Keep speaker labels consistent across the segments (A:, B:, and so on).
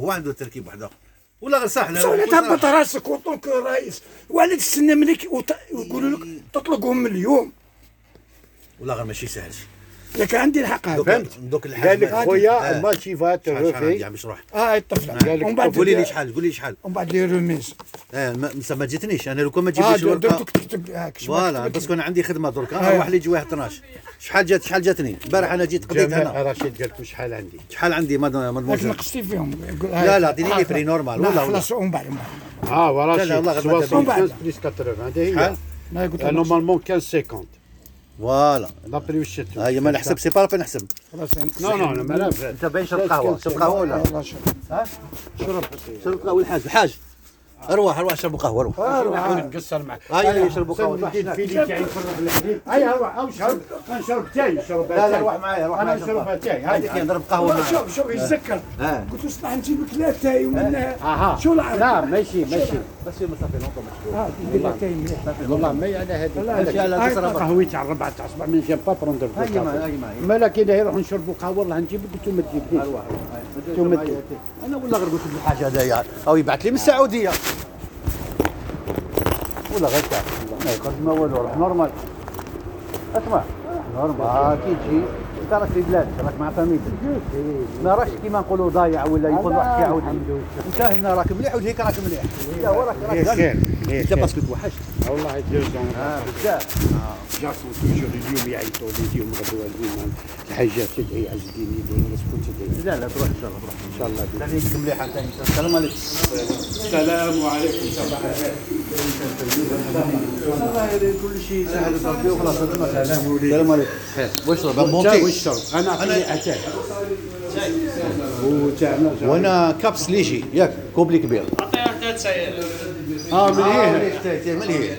A: هو عنده تركيب واحد اخر ولا غير سهله
B: ولا تهبط راسك وطنك رئيس ولا تستنى منك وت- ويقولوا لك تطلقهم من اليوم
A: ولا غير ماشي سهل
B: ياك عندي الحق هذا
A: دوك-
C: فهمت
A: دوك الحاج
C: قال لك
A: مالك.
B: آه.
C: خويا الماتشي فات
A: شحال شحال عندي
C: الروفي
A: عم يشرح
B: اه
C: قال
B: الطفله
C: لك
B: ومن بعد
A: قولي لي شحال قولي لي شحال
B: ومن بعد لي روميز
A: اه ما مسا ما جاتنيش انا لو كان ما
B: اه
A: جبتش
B: درت
A: الورقه
B: تكتب هاك شو
A: آه. فوالا
B: تكتب.
A: بس كان عندي خدمه درك
B: آه.
A: انا واحد اللي يجي واحد 12 شحال جات شحال جاتني البارح انا جيت قضيت هنا
C: جمال رشيد قال لكم شحال عندي
A: شحال عندي مادام
B: لكن
A: مادام
B: نقصتي فيهم
A: لا، لا، اعطيني لي بري نورمال، والله،
B: والله
A: والله.
B: خلاص ومن بعد ومن بعد.
C: اه
A: لا، والله غير
C: ورشيد
A: ما تبين.
C: 75 بليس 80 هذه هي
A: شحال؟
B: ما قلت لك
C: نورمالمون 15 50
A: فوالا
C: دابري واش شفت
A: هاي ما نحسب سي با نحسب
B: خلاص نقص.
C: نو نو ما لا
A: انت باين شرب قهوه شرب قهوه ولا
B: والله شوف
A: شرب قهوه الحاج الحاج اروح اروح شرب قهوه اروح
C: نقصر معك
A: هاي يشربوا قهوه
C: سلم الدين فيلي كاع يفرغ الحليب هيا هو او شرب نشرب تاي نشرب
A: لا
C: تاي.
A: لا روح معايا روح
C: انا
A: معايا
C: نشرب تاي هاي
A: هذيك نضرب قهوه
B: والله
A: معاك
B: شوف شوف يتذكر
A: آه.
B: قلت له صلاح نجيب لك لا تاي ومنها
C: اها
B: شو
C: لا
B: العرض
C: نعم، ماشي آه، ماشي
A: بس يا مصطفى نقطه
B: اه تدير لا تاي مليح
C: والله ما هي على هذيك
A: ماشي على
B: هاي
A: تسرى برا.
C: قهوي تاع 4 تاع الصباح من جيم با بروندر
A: هاي ما- هاي ما- هاي.
C: مالا كي نروح نشربوا قهوه والله نجيب قلت له ما تجيبنيش
A: أروح، أروح. هاي.
C: ثم
A: انا ولا غير قلت له حاجه هذايا او يبعث لي من السعوديه ولا غير تاع ما يقدر آه، ما والو روح نورمال اسمع نورمال إيه، كي تجي انت راك في بلادك راك مع فاميلتك ما راكش كيما نقولوا ضايع ولا يكون واحد يعاود انت هنا راك مليح وجهك راك مليح انت هو راك راك
C: خير،
A: غالي.
C: خير،
A: انت
C: خير.
A: باسكو توحشت
C: والله يعني. دوزون
A: آه، بزاف
C: جاسون يعني توجور اليوم يعيطوا لي اليوم غدوه اليوم الحاجه تدعي عز الدين يدعي الناس كل تدعي
A: لا لا تروح ان شاء الله تروح
C: ان شاء الله
A: ثاني يجيك مليحه انت السلام عليكم
C: السلام عليكم صباح
A: والله كل شيء سهل وصافي وخلاص السلام عليكم واشرب
C: شاي
A: مونتي
C: والشرب انا اعطيني اتاي وتاعنا
A: وانا كابس ليجي ياك كوبلي كبير آه،
C: اه من هنا
A: مليح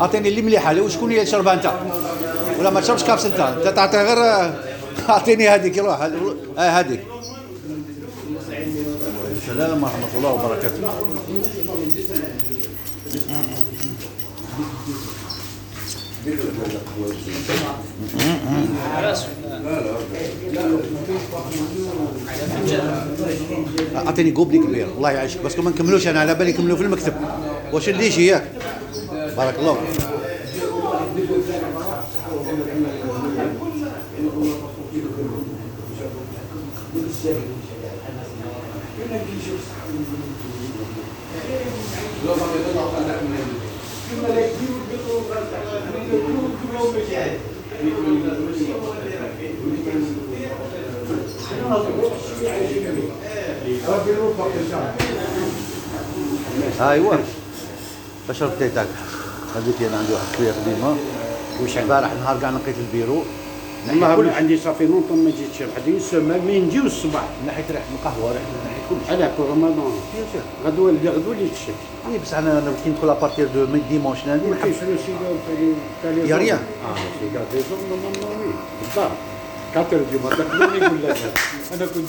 A: اعطيني اللي مليحه لو شكون هي اللي شربها انت ولا ما تشربش كابس انت انت تعطي غير اعطيني هذيك روح اه هذيك السلام ورحمه الله وبركاته اعطيني قبلي كبير الله يعيشك بس ما نكملوش انا على بالي نكملوا في المكتب واش اللي يجي ياك بارك الله فيك ايوا باش رديت تاعك هذيك انا عندي واحد شويه قديمه
C: وش
A: البارح نهار كاع نقيت البيرو
C: والله
A: كل-
C: أنا عندي صافي لونتون ما جيتش واحد يسمى من نجيو الصباح
A: من ناحيه ريحه القهوه ريحه من ناحيه كل شيء
C: على كل رمضان
A: بيان سور
C: غدوه اللي غدوه اللي تشد
A: اي بس انا انا كي ندخل ابارتير دو مي ديمونش
C: ما
A: نحب
C: كاينش لو سيجار تاعي- تاع لي
A: يا
C: زون.
A: ريان.
C: اه سيجار دي زون نورمالمون وي بالضبط 4 دو ماتان يقول لك انا كنت